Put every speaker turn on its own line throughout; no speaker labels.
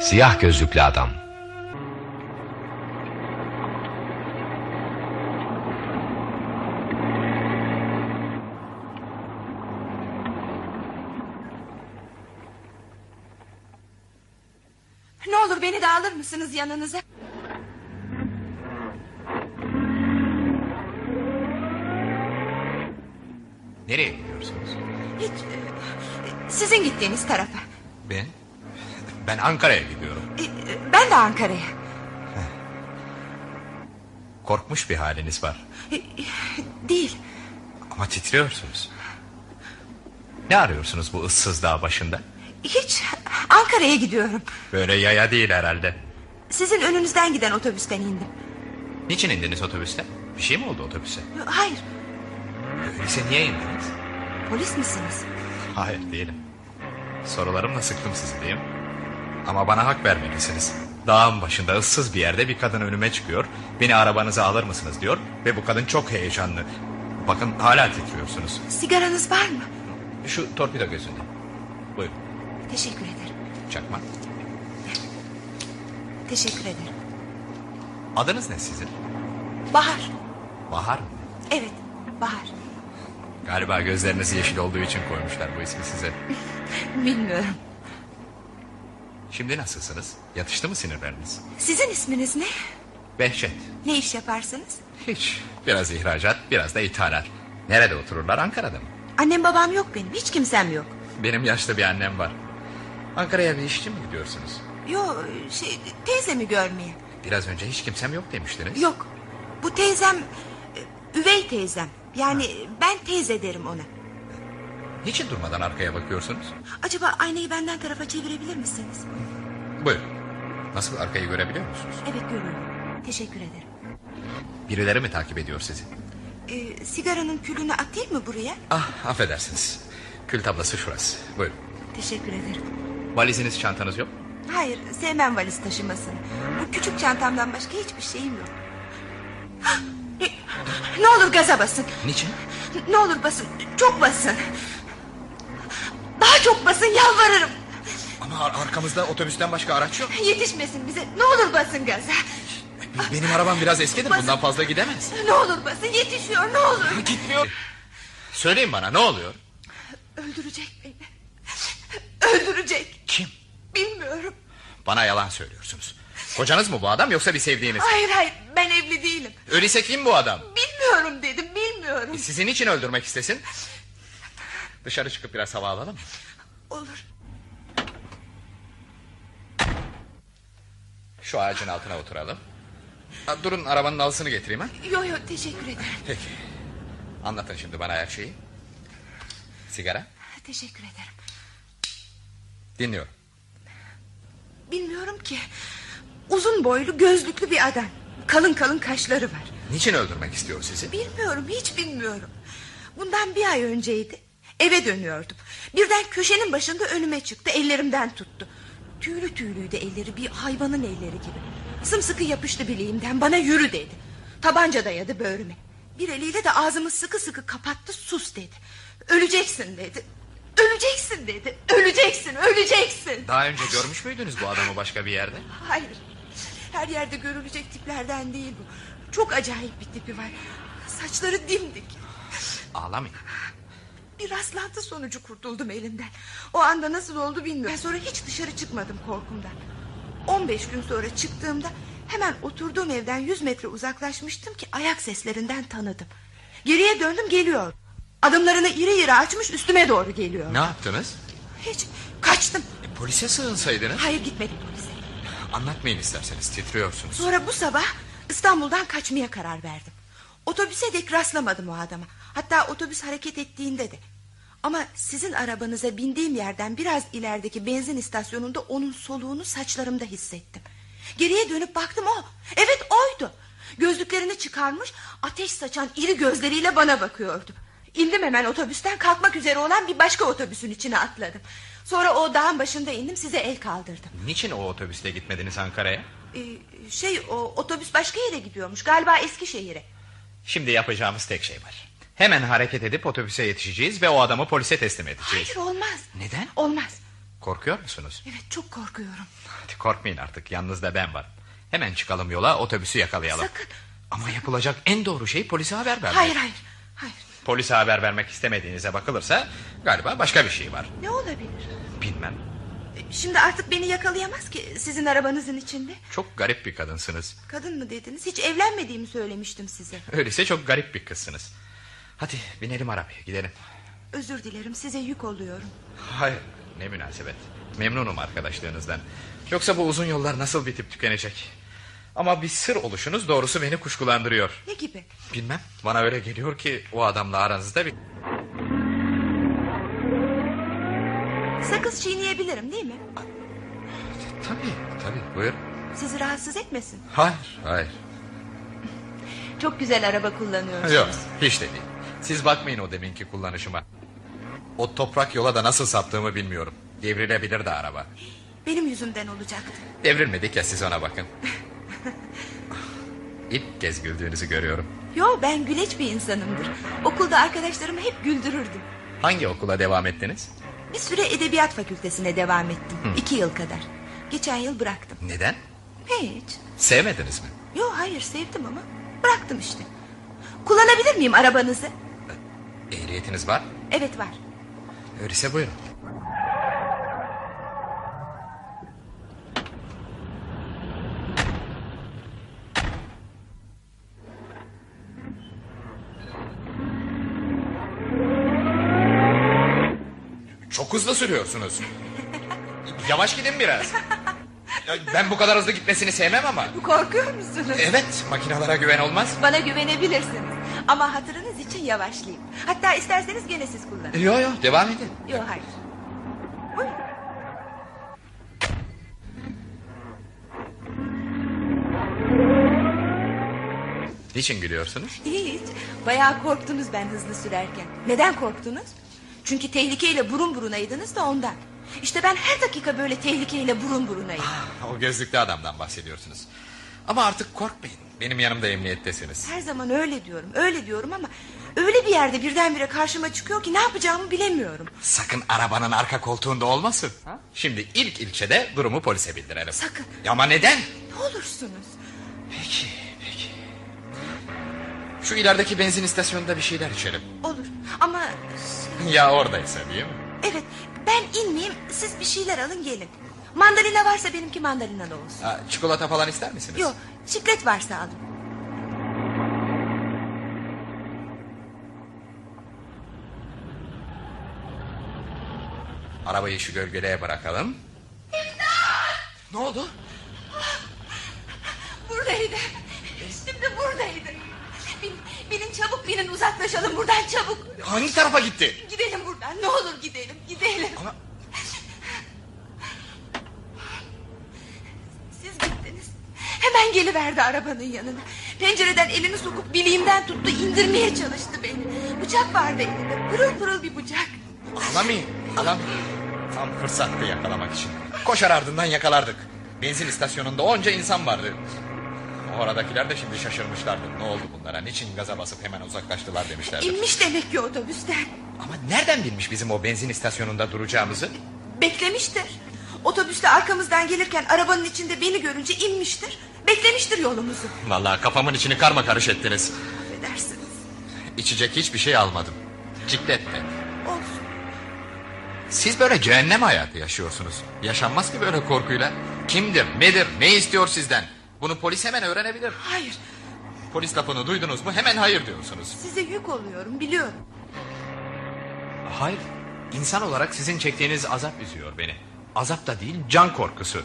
Siyah gözlüklü adam.
Ne olur beni de alır mısınız yanınıza?
Nereye gidiyorsunuz?
Hiç e, sizin gittiğiniz tarafa.
Ben? Ben Ankara'ya gidiyorum.
E, e, Ben de Ankara'ya.
Korkmuş bir haliniz var.
E, e, Değil.
Ama titriyorsunuz. Ne arıyorsunuz bu ıssız dağ başında?
Hiç Ankara'ya gidiyorum.
Böyle yaya değil herhalde.
Sizin önünüzden giden otobüsten indim.
Niçin indiniz otobüste? Bir şey mi oldu otobüse?
E, Hayır.
Öyleyse niye indiniz?
Polis misiniz?
Hayır değilim. Sorularımla sıktım sizi değil mi? Ama bana hak vermelisiniz. Dağın başında ıssız bir yerde bir kadın önüme çıkıyor. Beni arabanıza alır mısınız diyor. Ve bu kadın çok heyecanlı. Bakın hala titriyorsunuz.
Sigaranız var mı?
Şu torpido gözünde. Buyurun
Teşekkür ederim.
çakma.
Teşekkür ederim.
Adınız ne sizin?
Bahar.
Bahar mı?
Evet. Bahar.
Galiba gözleriniz yeşil olduğu için koymuşlar bu ismi size.
Bilmiyorum.
Şimdi nasılsınız? Yatıştı mı sinirleriniz?
Sizin isminiz ne?
Behçet.
Ne iş yaparsınız?
Hiç. Biraz ihracat, biraz da ithalat. Nerede otururlar? Ankara'da mı?
Annem babam yok benim. Hiç kimsem yok.
Benim yaşlı bir annem var. Ankara'ya bir işçi mi gidiyorsunuz?
Yo şey teyzemi görmeye.
Biraz önce hiç kimsem yok demiştiniz.
Yok. Bu teyzem e, üvey teyzem. Yani ben teyze derim ona.
Niçin durmadan arkaya bakıyorsunuz?
Acaba aynayı benden tarafa çevirebilir misiniz?
Buyurun. Nasıl arkayı görebiliyor musunuz?
Evet görüyorum. Teşekkür ederim.
Birileri mi takip ediyor sizi?
E, sigaranın külünü atayım mı buraya?
Ah affedersiniz. Kül tablası şurası. Buyurun.
Teşekkür ederim.
Valiziniz çantanız yok. mu?
Hayır sevmem valiz taşımasını. Bu küçük çantamdan başka hiçbir şeyim yok. Hah! E, Ne olur gaza basın.
Niçin?
Ne olur basın. Çok basın. Daha çok basın yalvarırım.
Ama ar- arkamızda otobüsten başka araç yok.
Yetişmesin bize. Ne olur basın gaza.
Be- Benim arabam biraz eskidir. Bundan fazla gidemez.
Ne olur basın yetişiyor ne olur.
Gitmiyor. Söyleyin bana ne oluyor?
Öldürecek beni. Öldürecek.
Kim?
Bilmiyorum.
Bana yalan söylüyorsunuz. Kocanız mı bu adam yoksa bir sevdiğiniz?
Hayır hayır ben evli değilim.
Öyleyse kim bu adam?
Bilmiyorum dedim bilmiyorum.
Sizin için öldürmek istesin. Dışarı çıkıp biraz hava alalım. mı?
Olur.
Şu ağacın altına oturalım. Ha, durun arabanın alısını getireyim ha.
Yo yo teşekkür ederim.
Peki. Anlatın şimdi bana her şeyi. Sigara?
Teşekkür ederim.
Dinliyorum.
Bilmiyorum ki. Uzun boylu gözlüklü bir adam. Kalın kalın kaşları var.
Niçin öldürmek istiyor sizi?
Bilmiyorum hiç bilmiyorum. Bundan bir ay önceydi. Eve dönüyordum. Birden köşenin başında önüme çıktı. Ellerimden tuttu. Tüylü tüylüydü elleri bir hayvanın elleri gibi. Sımsıkı yapıştı bileğimden bana yürü dedi. Tabanca dayadı böğrüme. Bir eliyle de ağzımı sıkı sıkı kapattı sus dedi. Öleceksin dedi. Öleceksin dedi. Öleceksin, öleceksin.
Daha önce görmüş müydünüz bu adamı başka bir yerde?
Hayır. Her yerde görülecek tiplerden değil bu. Çok acayip bir tipi var. Saçları dimdik.
Ağlamayın.
Bir rastlantı sonucu kurtuldum elimden. O anda nasıl oldu bilmiyorum. Ben sonra hiç dışarı çıkmadım korkumdan. 15 gün sonra çıktığımda hemen oturduğum evden 100 metre uzaklaşmıştım ki ayak seslerinden tanıdım. Geriye döndüm geliyor. Adımlarını iri iri açmış üstüme doğru geliyor.
Ne yaptınız?
Hiç kaçtım.
E, polise sığınsaydınız.
Hayır gitmedim polise.
Anlatmayın isterseniz titriyorsunuz.
Sonra bu sabah İstanbul'dan kaçmaya karar verdim. Otobüse dek rastlamadım o adama. Hatta otobüs hareket ettiğinde de. Ama sizin arabanıza bindiğim yerden biraz ilerideki benzin istasyonunda onun soluğunu saçlarımda hissettim. Geriye dönüp baktım o. Evet oydu. Gözlüklerini çıkarmış ateş saçan iri gözleriyle bana bakıyordu. İndim hemen otobüsten kalkmak üzere olan bir başka otobüsün içine atladım. Sonra o dağın başında indim size el kaldırdım.
Niçin o otobüste gitmediniz Ankara'ya?
Ee, şey o otobüs başka yere gidiyormuş galiba Eskişehir'e.
Şimdi yapacağımız tek şey var. Hemen hareket edip otobüse yetişeceğiz ve o adamı polise teslim edeceğiz.
Hayır olmaz.
Neden?
Olmaz.
Korkuyor musunuz?
Evet çok korkuyorum.
Hadi korkmayın artık yalnız da ben varım. Hemen çıkalım yola otobüsü yakalayalım.
Sakın.
Ama yapılacak en doğru şey polise haber vermek.
Hayır hayır. Hayır.
Polise haber vermek istemediğinize bakılırsa galiba başka bir şey var.
Ne olabilir?
Bilmem.
E, Şimdi artık beni yakalayamaz ki sizin arabanızın içinde.
Çok garip bir kadınsınız.
Kadın mı dediniz? Hiç evlenmediğimi söylemiştim size.
Öyleyse çok garip bir kızsınız. Hadi binelim arabaya gidelim.
Özür dilerim size yük oluyorum.
Hayır ne münasebet. Memnunum arkadaşlığınızdan. Yoksa bu uzun yollar nasıl bitip tükenecek? Ama bir sır oluşunuz doğrusu beni kuşkulandırıyor.
Ne gibi?
Bilmem bana öyle geliyor ki o adamla aranızda bir...
Sakız çiğneyebilirim değil mi?
Tabii tabii buyur.
Sizi rahatsız etmesin.
Hayır hayır.
Çok güzel araba kullanıyorsunuz.
Yok hiç de değil. Siz bakmayın o deminki kullanışıma. O toprak yola da nasıl saptığımı bilmiyorum. Devrilebilir de araba.
Benim yüzümden olacaktı.
Devrilmedik ya siz ona bakın. İlk kez güldüğünüzü görüyorum.
Yo ben güleç bir insanımdır. Okulda arkadaşlarımı hep güldürürdüm.
Hangi okula devam ettiniz?
Bir süre edebiyat fakültesine devam ettim. İki yıl kadar. Geçen yıl bıraktım.
Neden?
Hiç.
Sevmediniz mi?
Yo hayır sevdim ama bıraktım işte. Kullanabilir miyim arabanızı?
Ehliyetiniz var.
Evet var.
Öyleyse buyurun. Çok hızlı sürüyorsunuz. Yavaş gidin biraz. Ya Ben bu kadar hızlı gitmesini sevmem ama.
Korkuyor musunuz?
Evet, makinalara güven olmaz.
Bana güvenebilirsiniz. Ama hatırınız için yavaşlayayım. Hatta isterseniz gene siz kullanın.
Yo yo, devam edin.
Yo hayır. Buyurun.
Niçin gülüyorsunuz?
Hiç. Bayağı korktunuz ben hızlı sürerken. Neden korktunuz? Çünkü tehlikeyle burun burunaydınız da ondan. İşte ben her dakika böyle tehlikeyle burun burunayım.
O gözlüklü adamdan bahsediyorsunuz. Ama artık korkmayın. Benim yanımda emniyettesiniz.
Her zaman öyle diyorum, öyle diyorum ama... ...öyle bir yerde birdenbire karşıma çıkıyor ki ne yapacağımı bilemiyorum.
Sakın arabanın arka koltuğunda olmasın. Şimdi ilk ilçede durumu polise bildirelim.
Sakın.
Ama neden?
Ne olursunuz.
Peki, peki. Şu ilerideki benzin istasyonunda bir şeyler içelim.
Olur ama...
ya oradaysa değil mi?
Evet, ben inmeyeyim, siz bir şeyler alın gelin. Mandalina varsa benimki mandalinalı olsun.
Ha, çikolata falan ister misiniz?
Yok, şiklet varsa alın.
Arabayı şu gölgeliğe bırakalım. Ne oldu?
Buradaydı, şimdi buradaydı. Binin, binin çabuk binin, uzaklaşalım buradan çabuk.
Hangi tarafa gitti?
Gidelim buradan, ne olur gidelim, gidelim.
Ama
Siz gittiniz. Hemen geliverdi arabanın yanına. Pencereden elini sokup bileğimden tuttu indirmeye çalıştı beni. Bıçak vardı elinde pırıl pırıl bir bıçak.
Ağlamayın. Adam tam fırsattı yakalamak için. Koşar ardından yakalardık. Benzin istasyonunda onca insan vardı. Oradakiler de şimdi şaşırmışlardı. Ne oldu bunlara? Niçin gaza basıp hemen uzaklaştılar demişlerdi.
İnmiş demek ki otobüsten.
Ama nereden bilmiş bizim o benzin istasyonunda duracağımızı?
Beklemiştir. Otobüste arkamızdan gelirken arabanın içinde beni görünce inmiştir. Beklemiştir yolumuzu.
Vallahi kafamın içini karma karış ettiniz.
Affedersiniz.
İçecek hiçbir şey almadım. Ciklet de.
Olsun.
Siz böyle cehennem hayatı yaşıyorsunuz. Yaşanmaz ki böyle korkuyla. Kimdir, nedir, ne istiyor sizden? Bunu polis hemen öğrenebilir.
Hayır.
Polis lafını duydunuz mu hemen hayır diyorsunuz.
Size yük oluyorum biliyorum.
Hayır. İnsan olarak sizin çektiğiniz azap üzüyor beni. Azap da değil, can korkusu.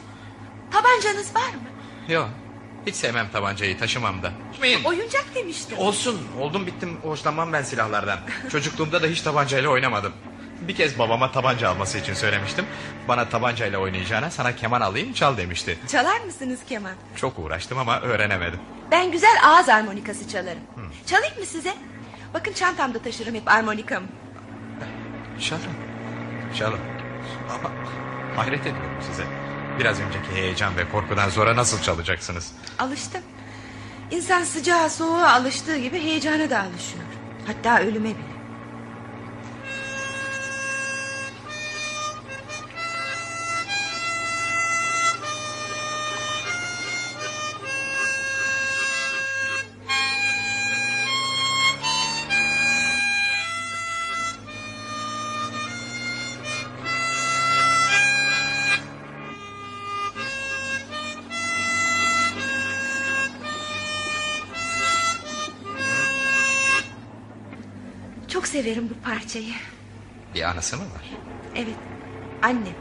Tabancanız var mı?
Yok. Hiç sevmem tabancayı, taşımam da. Tutmayın.
Oyuncak demiştim.
Olsun, oldum bittim. Hoşlanmam ben silahlardan. Çocukluğumda da hiç tabancayla oynamadım. Bir kez babama tabanca alması için söylemiştim. Bana tabancayla oynayacağına sana keman alayım çal demişti.
Çalar mısınız keman?
Çok uğraştım ama öğrenemedim.
Ben güzel ağız armonikası çalarım. Çalayım mı size? Bakın çantamda taşırım hep armonikamı.
Çalın. Çalın. Ama hayret ediyorum size. Biraz önceki heyecan ve korkudan sonra nasıl çalacaksınız?
Alıştım. İnsan sıcağa soğuğa alıştığı gibi heyecana da alışıyor. Hatta ölüme bile. Çok severim bu parçayı.
Bir anası mı var?
Evet, annem.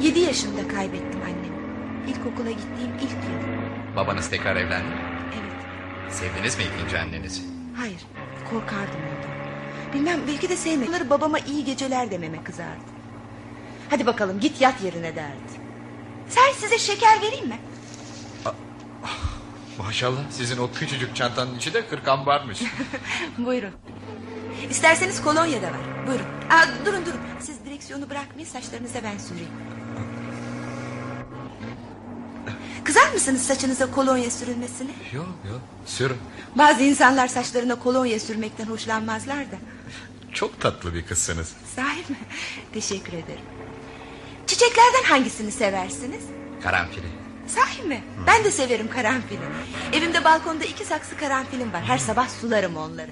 Yedi yaşımda kaybettim annemi. İlkokula gittiğim ilk yıl.
Babanız tekrar evlendi mi?
Evet,
Sevdiniz mi ikinci annenizi?
hayır. Korkardım ondan. Bilmem belki de sevmekleri babama iyi geceler dememe kızardı. Hadi bakalım git yat yerine derdi. Sen size şeker vereyim mi?
Maşallah sizin o küçücük çantanın içi de kırkan varmış.
Buyurun. İsterseniz kolonya da var. Buyurun. Aa, durun durun. Siz direksiyonu bırakmayın saçlarınıza ben süreyim. Kızar mısınız saçınıza kolonya sürülmesine?
yok yok sürün.
Bazı insanlar saçlarına kolonya sürmekten hoşlanmazlar da.
Çok tatlı bir kızsınız.
Sahi mi? Teşekkür ederim. Çiçeklerden hangisini seversiniz?
Karanfili.
Sahi mi? Ben de severim karanfili. Evimde balkonda iki saksı karanfilim var. Her sabah sularım onları.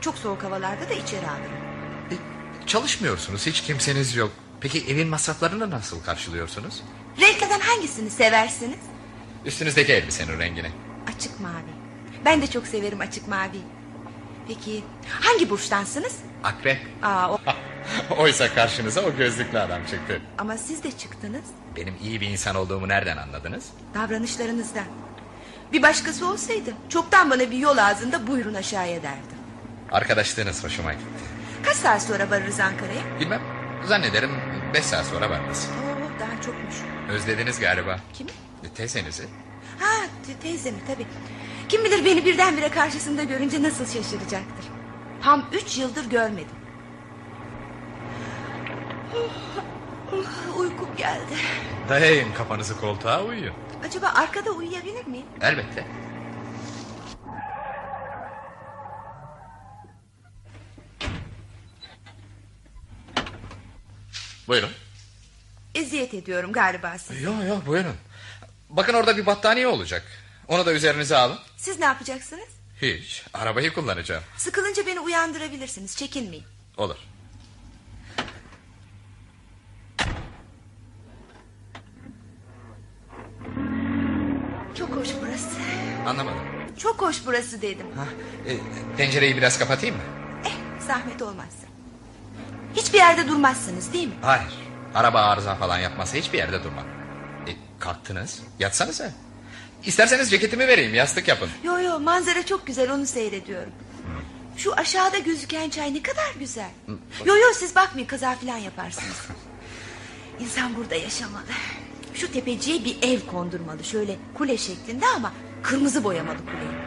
Çok soğuk havalarda da içeri alırım.
E, çalışmıyorsunuz hiç kimseniz yok. Peki evin masraflarını nasıl karşılıyorsunuz?
Renklerden hangisini seversiniz?
Üstünüzdeki elbisenin rengini.
Açık mavi. Ben de çok severim açık mavi. Peki hangi burçtansınız?
Akrep.
Aa, o-
Oysa karşınıza o gözlüklü adam çıktı.
ama siz de çıktınız.
Benim iyi bir insan olduğumu nereden anladınız?
Davranışlarınızdan. Bir başkası olsaydı çoktan bana bir yol ağzında buyurun aşağıya derdi.
Arkadaşlığınız hoşuma gitti.
Kaç saat sonra varırız Ankara'ya?
Bilmem zannederim 5 saat sonra varız.
Oo, daha çokmuş.
Özlediniz galiba.
Kimi?
E, Teyzenizi.
Ha te- teyzemi tabii. Kim bilir beni birdenbire karşısında görünce nasıl şaşıracaktır. Tam üç yıldır görmedim. Oh, oh, uykum geldi.
Dayayın kafanızı koltuğa uyuyun.
Acaba arkada uyuyabilir miyim?
Elbette. Buyurun.
Eziyet ediyorum galiba sizi.
Yok yok buyurun. Bakın orada bir battaniye olacak. Onu da üzerinize alın.
Siz ne yapacaksınız?
Hiç. Arabayı kullanacağım.
Sıkılınca beni uyandırabilirsiniz. Çekinmeyin.
Olur.
Çok hoş burası.
Anlamadım.
Çok hoş burası dedim.
Ha, e, pencereyi biraz kapatayım mı?
Eh zahmet olmazsa. Hiçbir yerde durmazsınız değil mi?
Hayır. Araba arıza falan yapmasa hiçbir yerde durmam. E, kalktınız. Yatsanıza. İsterseniz ceketimi vereyim. Yastık yapın.
Yo yo manzara çok güzel onu seyrediyorum. Şu aşağıda gözüken çay ne kadar güzel. Yo yo siz bakmayın kaza falan yaparsınız. İnsan burada yaşamalı. Şu tepeciye bir ev kondurmalı şöyle kule şeklinde ama kırmızı boyamalı kuleyi.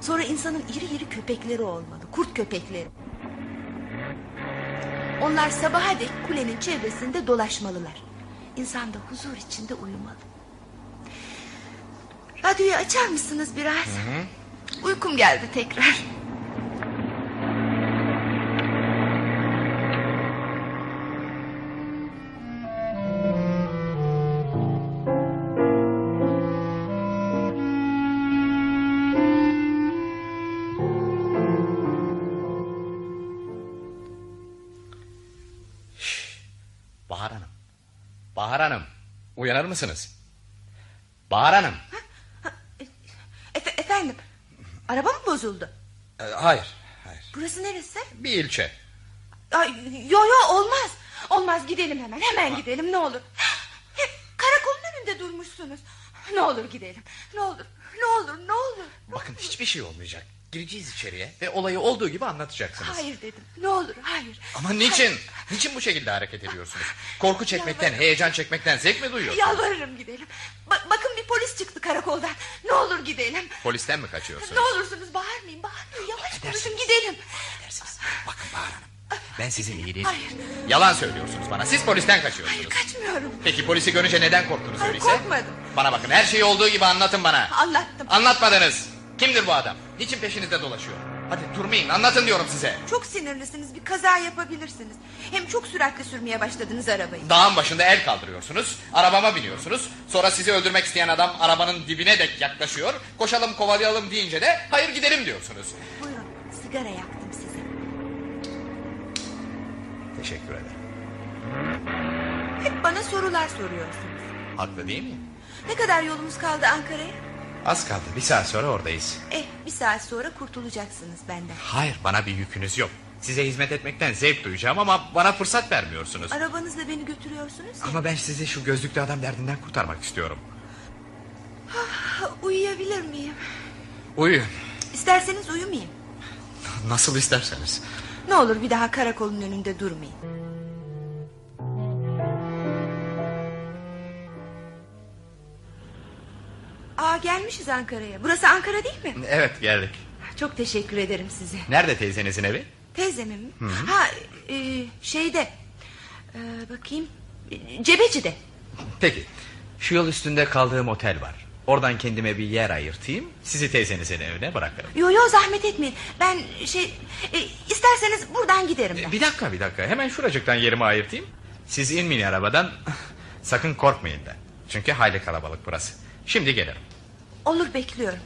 Sonra insanın iri iri köpekleri olmalı kurt köpekleri. Onlar sabaha dek kulenin çevresinde dolaşmalılar. İnsan da huzur içinde uyumalı. Radyoyu açar mısınız biraz? Uykum geldi tekrar.
Bahar Hanım. Bahar Hanım. Uyanır mısınız? Bahar Hanım.
Efe- efendim, araba mı bozuldu? Ee,
E, hayır. Hayır.
Burası neresi?
Bir ilçe.
Ay, yo yo olmaz. Olmaz gidelim hemen, hemen gidelim ne olur. Hep karakolun önünde durmuşsunuz. Ne olur gidelim, ne olur, ne olur, ne olur.
Bakın hiçbir şey olmayacak. Gireceğiz içeriye ve olayı olduğu gibi anlatacaksınız.
Hayır dedim, ne olur, hayır.
Ama niçin? Niçin bu şekilde hareket ediyorsunuz? Korku çekmekten, heyecan çekmekten zevk mi duyuyorsunuz?
Yalvarırım gidelim. Ba- bakın bir polis çıktı karakoldan. Ne olur gidelim.
Polisten mi kaçıyorsunuz?
Ne olursunuz bağırmayın, bağırmayın. Yavaş konuşun
Affedersiniz.
gidelim.
Affedersiniz. Bakın Bahar Hanım. Ben sizin iyiliğiniz.
Hayır.
Yalan söylüyorsunuz bana. Siz polisten
Hayır
kaçıyorsunuz.
kaçmıyorum.
Peki polisi görünce neden korktunuz
Hayır,
öyleyse?
korkmadım.
Bana bakın her şeyi olduğu gibi anlatın bana.
Anlattım.
Anlatmadınız. Kimdir bu adam? Niçin peşinizde dolaşıyor? Hadi durmayın anlatın diyorum size.
Çok sinirlisiniz bir kaza yapabilirsiniz. Hem çok süratli sürmeye başladınız arabayı.
Dağın başında el kaldırıyorsunuz. Arabama biniyorsunuz. Sonra sizi öldürmek isteyen adam arabanın dibine dek yaklaşıyor. Koşalım kovalayalım deyince de hayır gidelim diyorsunuz.
Buyurun sigara yaktım size.
Teşekkür ederim.
Hep bana sorular soruyorsunuz.
Haklı değil mi?
Ne kadar yolumuz kaldı Ankara'ya?
Az kaldı bir saat sonra oradayız.
Eh bir saat sonra kurtulacaksınız benden.
Hayır bana bir yükünüz yok. Size hizmet etmekten zevk duyacağım ama bana fırsat vermiyorsunuz.
Arabanızla beni götürüyorsunuz ya.
Ama ben sizi şu gözlüklü adam derdinden kurtarmak istiyorum.
Ha, Ah, Uyuyabilir miyim?
Uyuyun.
İsterseniz uyumayayım.
Nasıl isterseniz.
Ne olur bir daha karakolun önünde durmayın. Aa gelmişiz Ankara'ya. Burası Ankara değil mi?
Evet geldik.
Çok teşekkür ederim size.
Nerede teyzenizin evi?
Teyzemin mi? Ha e, şeyde. E, bakayım. Cebeci'de.
Peki. Şu yol üstünde kaldığım otel var. Oradan kendime bir yer ayırtayım. Sizi teyzenizin evine bırakırım.
Yo yo zahmet etmeyin. Ben şey e, isterseniz buradan giderim ben.
E, Bir dakika bir dakika. Hemen şuracıktan yerimi ayırtayım. Siz inmeyin arabadan. Sakın korkmayın da. Çünkü hayli kalabalık burası. Şimdi gelirim.
Olur bekliyorum.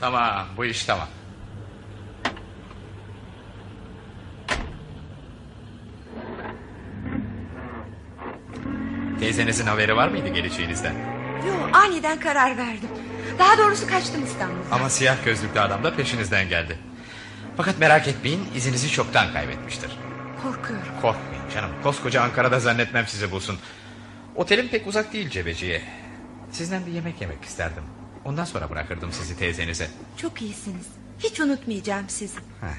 Tamam bu iş tamam. Teyzenizin haberi var mıydı geleceğinizden?
Yo aniden karar verdim. Daha doğrusu kaçtım İstanbul'dan.
Ama siyah gözlüklü adam da peşinizden geldi. Fakat merak etmeyin izinizi çoktan kaybetmiştir.
Korkuyorum.
Korkmayın canım koskoca Ankara'da zannetmem sizi bulsun. Otelim pek uzak değil Cebeci'ye. Sizden bir yemek yemek isterdim. Ondan sonra bırakırdım sizi teyzenize.
Çok iyisiniz. Hiç unutmayacağım sizi.
Heh.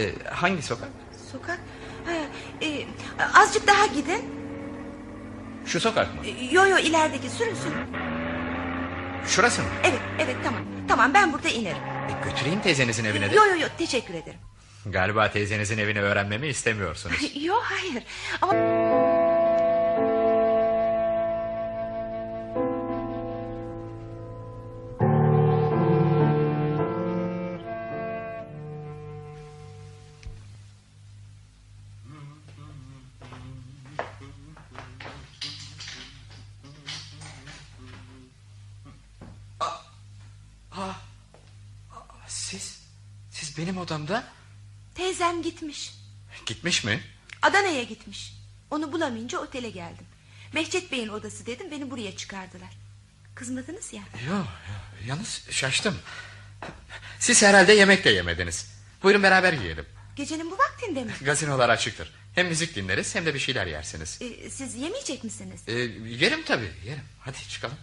Ee, hangi sokak?
Sokak. Ha, e, azıcık daha gidin.
Şu sokak mı?
E, Yo yo ilerideki sürün sürün.
Şurası mı?
Evet evet tamam. Tamam ben burada inerim.
E, götüreyim teyzenizin evine de.
Yo yo yo teşekkür ederim.
Galiba teyzenizin evini öğrenmemi istemiyorsunuz.
Yo hayır. Ama
Siz, siz benim odamda...
teyzem gitmiş.
Gitmiş mi?
Adana'ya gitmiş. Onu bulamayınca otele geldim. Behçet Bey'in odası dedim beni buraya çıkardılar. Kızmadınız ya.
Yok, yalnız şaştım. Siz herhalde yemek de yemediniz. Buyurun beraber yiyelim.
Gecenin bu vaktinde mi?
Gazinolar açıktır. Hem müzik dinleriz hem de bir şeyler yersiniz.
E, siz yemeyecek misiniz?
Ee, yerim tabii, yerim. Hadi çıkalım.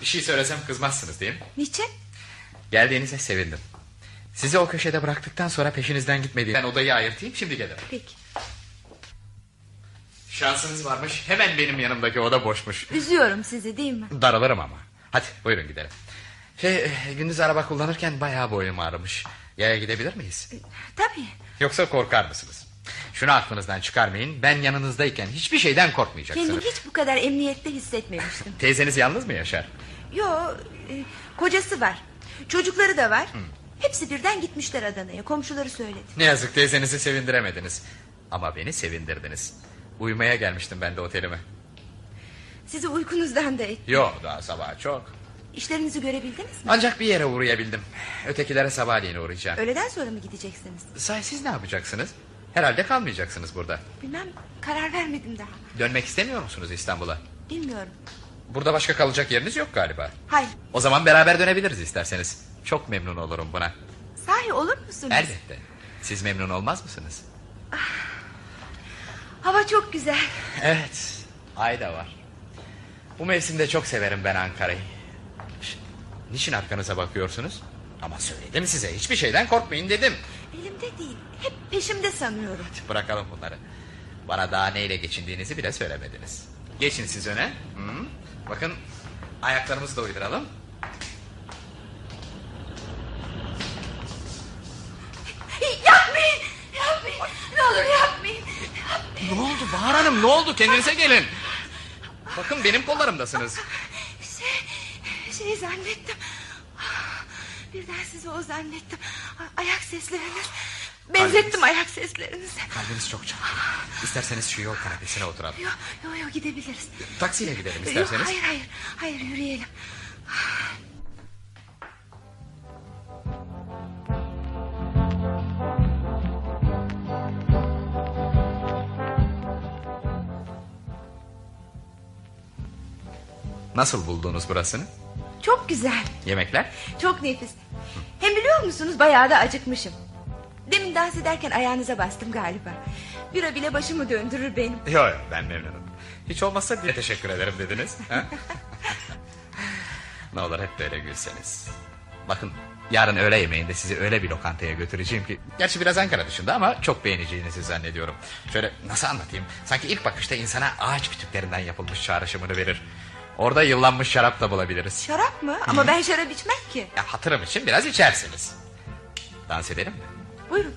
Bir şey söylesem kızmazsınız değil mi?
Niçin?
Geldiğinize sevindim. Sizi o köşede bıraktıktan sonra peşinizden gitmediğim... Ben odayı ayırtayım, şimdi gelirim.
Peki.
Şansınız varmış, hemen benim yanımdaki oda boşmuş.
Üzüyorum sizi değil mi?
Daralırım ama. Hadi buyurun gidelim. Şey, e, gündüz araba kullanırken bayağı boynum ağrımış. Yaya gidebilir miyiz?
Tabii.
Yoksa korkar mısınız? Şunu aklınızdan çıkarmayın. Ben yanınızdayken hiçbir şeyden
Kendimi
korkmayacaksınız.
hiç bu kadar emniyette hissetmemiştim.
Teyzeniz yalnız mı yaşar?
Yo, e, kocası var. Çocukları da var. Hepsi birden gitmişler Adana'ya. Komşuları söyledi.
Ne yazık teyzenizi sevindiremediniz. Ama beni sevindirdiniz. Uyumaya gelmiştim ben de otelime.
Sizi uykunuzdan da et.
Yok daha sabah çok.
İşlerinizi görebildiniz mi?
Ancak bir yere uğrayabildim. Ötekilere sabahleyin uğrayacağım.
Öğleden sonra mı gideceksiniz?
Say siz ne yapacaksınız? Herhalde kalmayacaksınız burada.
Bilmem karar vermedim daha.
Dönmek istemiyor musunuz İstanbul'a?
Bilmiyorum.
Burada başka kalacak yeriniz yok galiba.
Hayır.
O zaman beraber dönebiliriz isterseniz. Çok memnun olurum buna.
Sahi olur musunuz?
Elbette. Siz memnun olmaz mısınız?
Hava çok güzel.
Evet. Ay da var. Bu mevsimde çok severim ben Ankara'yı. Şşt, Niçin arkanıza bakıyorsunuz? Ama söyledim size hiçbir şeyden korkmayın dedim.
Elimde değil. Hep peşimde sanıyorum.
Bırakalım bunları. Bana daha neyle geçindiğinizi bile söylemediniz. Geçin siz öne. Hı. Bakın ayaklarımızı da uyduralım.
Yapmayın. Yapmayın.
Ne oldu Bahar Hanım ne oldu kendinize gelin. Bakın benim kollarımdasınız.
Şey, şey zannettim. Birden sizi o zannettim. A- Ayak sesleriniz. Benzettim ayak seslerinizi.
Kalbiniz çok çarptı. İsterseniz şu yol kanepesine oturalım.
Yok yok yo, gidebiliriz.
Taksiyle gidelim
Yo,
isterseniz.
hayır hayır. Hayır yürüyelim.
Nasıl buldunuz burasını?
Çok güzel.
Yemekler?
Çok nefis. Hem biliyor musunuz bayağı da acıkmışım. Demin dans ederken ayağınıza bastım galiba. Bira bile başımı döndürür benim.
Yok yok ben memnunum. Hiç olmazsa bir teşekkür ederim dediniz. ha? ne olur hep böyle gülseniz. Bakın yarın öğle yemeğinde sizi öyle bir lokantaya götüreceğim ki... Gerçi biraz Ankara dışında ama çok beğeneceğinizi zannediyorum. Şöyle nasıl anlatayım? Sanki ilk bakışta insana ağaç kütüklerinden yapılmış çağrışımını verir. Orada yıllanmış şarap da bulabiliriz.
Şarap mı? Ama ben şarap içmem ki.
Ya, hatırım için biraz içersiniz. Dans edelim mi?
Buyurun.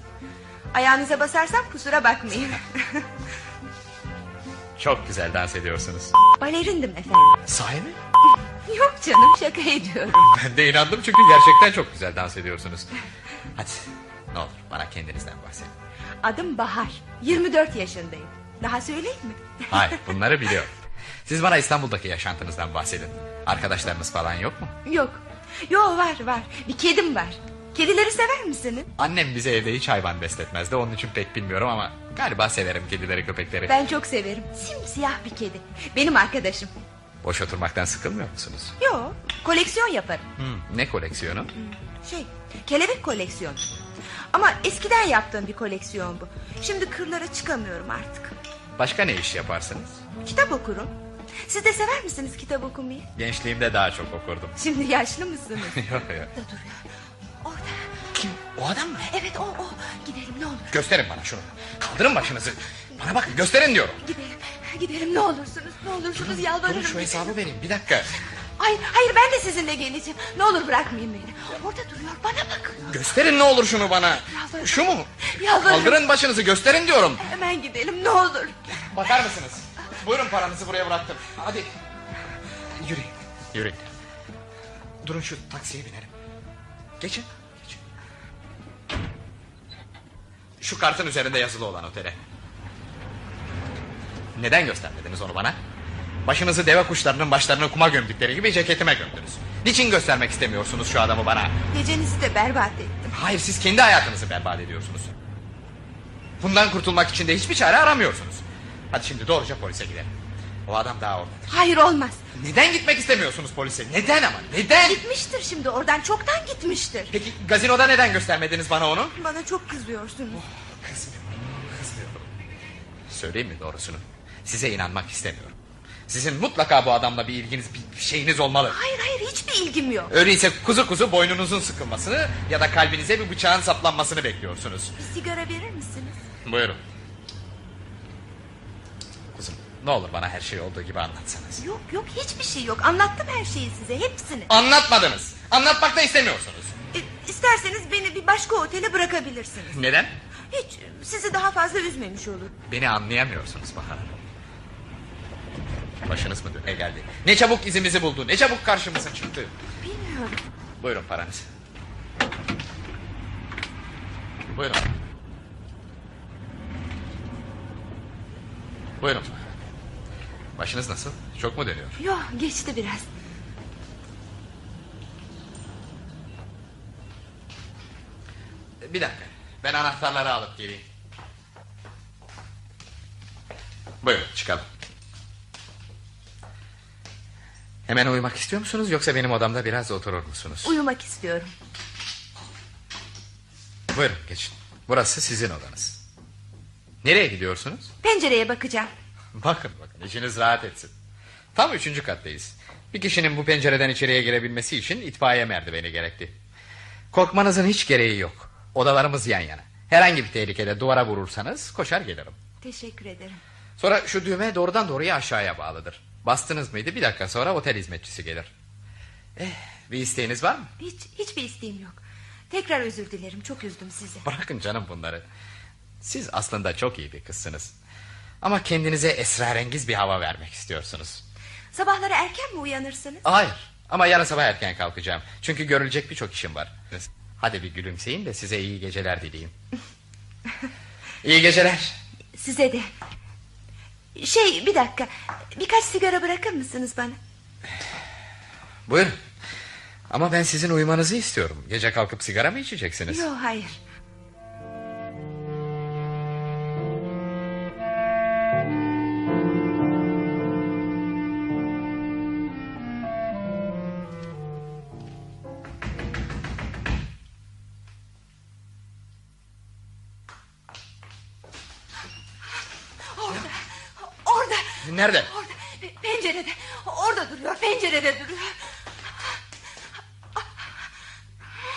Ayağınıza basarsam kusura bakmayın.
Çok güzel dans ediyorsunuz.
Balerindim efendim.
Sahi mi?
Yok canım şaka ediyorum.
Ben de inandım çünkü gerçekten çok güzel dans ediyorsunuz. Hadi ne olur bana kendinizden bahsedin.
Adım Bahar. 24 yaşındayım. Daha söyleyeyim mi?
Hayır bunları biliyorum. Siz bana İstanbul'daki yaşantınızdan bahsedin. Arkadaşlarınız falan yok mu?
Yok. Yo var var. Bir kedim var. Kedileri sever misiniz?
Annem bize evde hiç hayvan besletmezdi. Onun için pek bilmiyorum ama galiba severim kedileri köpekleri.
Ben çok severim. Simsiyah bir kedi. Benim arkadaşım.
Boş oturmaktan sıkılmıyor musunuz?
Yo koleksiyon yaparım.
Hmm, ne koleksiyonu?
Şey kelebek koleksiyonu. Ama eskiden yaptığım bir koleksiyon bu. Şimdi kırlara çıkamıyorum artık.
Başka ne iş yaparsınız?
Kitap okurum. Siz de sever misiniz kitap okumayı?
Gençliğimde daha çok okurdum.
Şimdi yaşlı mısınız?
Yok, yok.
Orada duruyor. Orada.
Kim? O adam mı?
Evet o o. Gidelim ne olur.
Gösterin bana şunu. Kaldırın başınızı. Bana bakın gösterin diyorum.
Gidelim. Gidelim ne olursunuz. Ne olursunuz yalvarırım.
Durun şu
gidelim.
hesabı vereyim bir dakika.
Hayır, hayır ben de sizinle geleceğim. Ne olur bırakmayın beni. Orada duruyor bana bakıyor.
Gösterin ne olur şunu bana.
Yalvarırım.
Şu mu?
Yalvarırım.
Kaldırın başınızı gösterin diyorum.
Hemen gidelim ne olur.
Bakar mısınız? Buyurun paranızı buraya bıraktım. Hadi. Yürüyün. Yürüyün. Durun şu taksiye binelim. Geçin. Geçin. Şu kartın üzerinde yazılı olan otele. Neden göstermediniz onu bana? Başınızı deve kuşlarının başlarını kuma gömdükleri gibi ceketime gömdünüz. Niçin göstermek istemiyorsunuz şu adamı bana?
Gecenizi de berbat ettim.
Hayır siz kendi hayatınızı berbat ediyorsunuz. Bundan kurtulmak için de hiçbir çare aramıyorsunuz. Hadi şimdi doğruca polise gidelim. O adam daha oradadır.
Hayır olmaz.
Neden gitmek istemiyorsunuz polise? Neden ama neden?
Gitmiştir şimdi oradan çoktan gitmiştir.
Peki gazinoda neden göstermediniz bana onu?
Bana çok kızıyorsunuz.
Kızmıyorum, kızmıyorum. Söyleyeyim mi doğrusunu? Size inanmak istemiyorum. Sizin mutlaka bu adamla bir ilginiz, bir şeyiniz olmalı.
Hayır hayır hiçbir ilgim yok.
Öyleyse kuzu kuzu boynunuzun sıkılmasını ya da kalbinize bir bıçağın saplanmasını bekliyorsunuz.
Bir sigara verir misiniz?
Buyurun. Kuzum ne olur bana her şey olduğu gibi anlatsanız.
Yok yok hiçbir şey yok. Anlattım her şeyi size hepsini. E,
Anlatmadınız. Anlatmak da istemiyorsunuz.
isterseniz beni bir başka otele bırakabilirsiniz.
Neden?
Hiç e, sizi daha fazla üzmemiş olur.
Beni anlayamıyorsunuz Bahar Hanım. Başınız mı döne geldi? Ne çabuk izimizi buldu, ne çabuk karşımıza çıktı.
Bilmiyorum.
Buyurun paranız. Buyurun. Buyurun. Başınız nasıl? Çok mu dönüyor?
Yok geçti biraz.
Bir dakika. Ben anahtarları alıp geleyim. Buyurun çıkalım. Hemen uyumak istiyor musunuz yoksa benim odamda biraz oturur musunuz?
Uyumak istiyorum.
Buyurun geçin. Burası sizin odanız. Nereye gidiyorsunuz?
Pencereye bakacağım.
Bakın bakın içiniz rahat etsin. Tam üçüncü kattayız. Bir kişinin bu pencereden içeriye girebilmesi için itfaiye merdiveni gerekti. Korkmanızın hiç gereği yok. Odalarımız yan yana. Herhangi bir tehlikede duvara vurursanız koşar gelirim.
Teşekkür ederim.
Sonra şu düğme doğrudan doğruya aşağıya bağlıdır. Bastınız mıydı bir dakika sonra otel hizmetçisi gelir. Eh, bir isteğiniz var mı?
Hiç hiçbir isteğim yok. Tekrar özür dilerim. Çok üzdüm sizi.
Bırakın canım bunları. Siz aslında çok iyi bir kızsınız. Ama kendinize esrarengiz bir hava vermek istiyorsunuz.
Sabahları erken mi uyanırsınız?
Hayır ama yarın sabah erken kalkacağım. Çünkü görülecek birçok işim var. Hadi bir gülümseyin de size iyi geceler dileyim. iyi geceler.
Size de. Şey bir dakika. Birkaç sigara bırakır mısınız bana?
Buyurun. Ama ben sizin uyumanızı istiyorum. Gece kalkıp sigara mı içeceksiniz?
Yok hayır. Orada. Orada.
Nerede?
Orada. pe- Pencerede. Orada duruyor. Pencerede duruyor.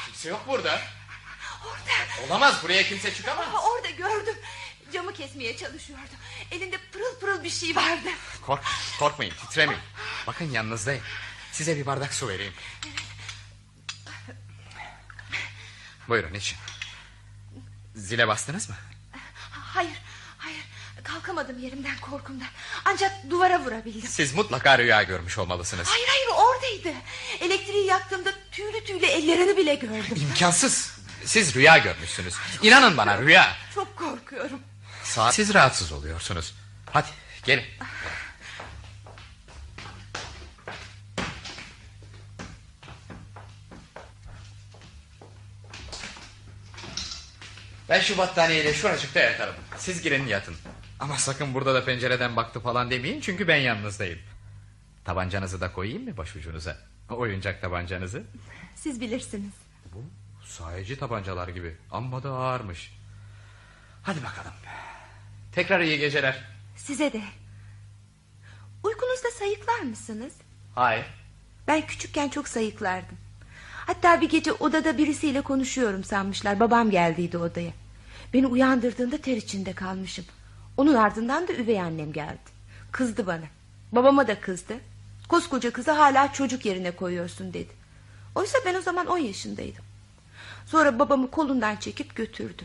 Kimse yok burada.
Orada.
Olamaz buraya kimse çıkamaz.
Aa, orada gördüm. Camı kesmeye çalışıyordu. Elinde pırıl pırıl bir şey vardı.
Kork, korkmayın titremeyin. Bakın yanınızdayım. Size bir bardak su vereyim. Buyurun için. Zile bastınız mı?
Hayır, hayır. Kalkamadım yerimden korkumdan. Ancak duvara vurabildim.
Siz mutlaka rüya görmüş olmalısınız.
Hayır hayır oradaydı. Elektriği yaktığımda tüylü tüylü ellerini bile gördüm.
İmkansız. Siz rüya görmüşsünüz. İnanın bana rüya.
Çok korkuyorum.
Saat... Siz rahatsız oluyorsunuz. Hadi gelin. Ben şu battaniyeyle şuracıkta yatarım. Siz girin yatın. Ama sakın burada da pencereden baktı falan demeyin çünkü ben yalnızdayım. Tabancanızı da koyayım mı başucunuza? Oyuncak tabancanızı.
Siz bilirsiniz.
Bu sahici tabancalar gibi. Amma da ağırmış. Hadi bakalım. Tekrar iyi geceler.
Size de. Uykunuzda sayıklar mısınız?
Hayır.
Ben küçükken çok sayıklardım. Hatta bir gece odada birisiyle konuşuyorum sanmışlar. Babam geldiydi odaya. Beni uyandırdığında ter içinde kalmışım. Onun ardından da üvey annem geldi. Kızdı bana. Babama da kızdı. Koskoca kızı hala çocuk yerine koyuyorsun dedi. Oysa ben o zaman 10 yaşındaydım. Sonra babamı kolundan çekip götürdü.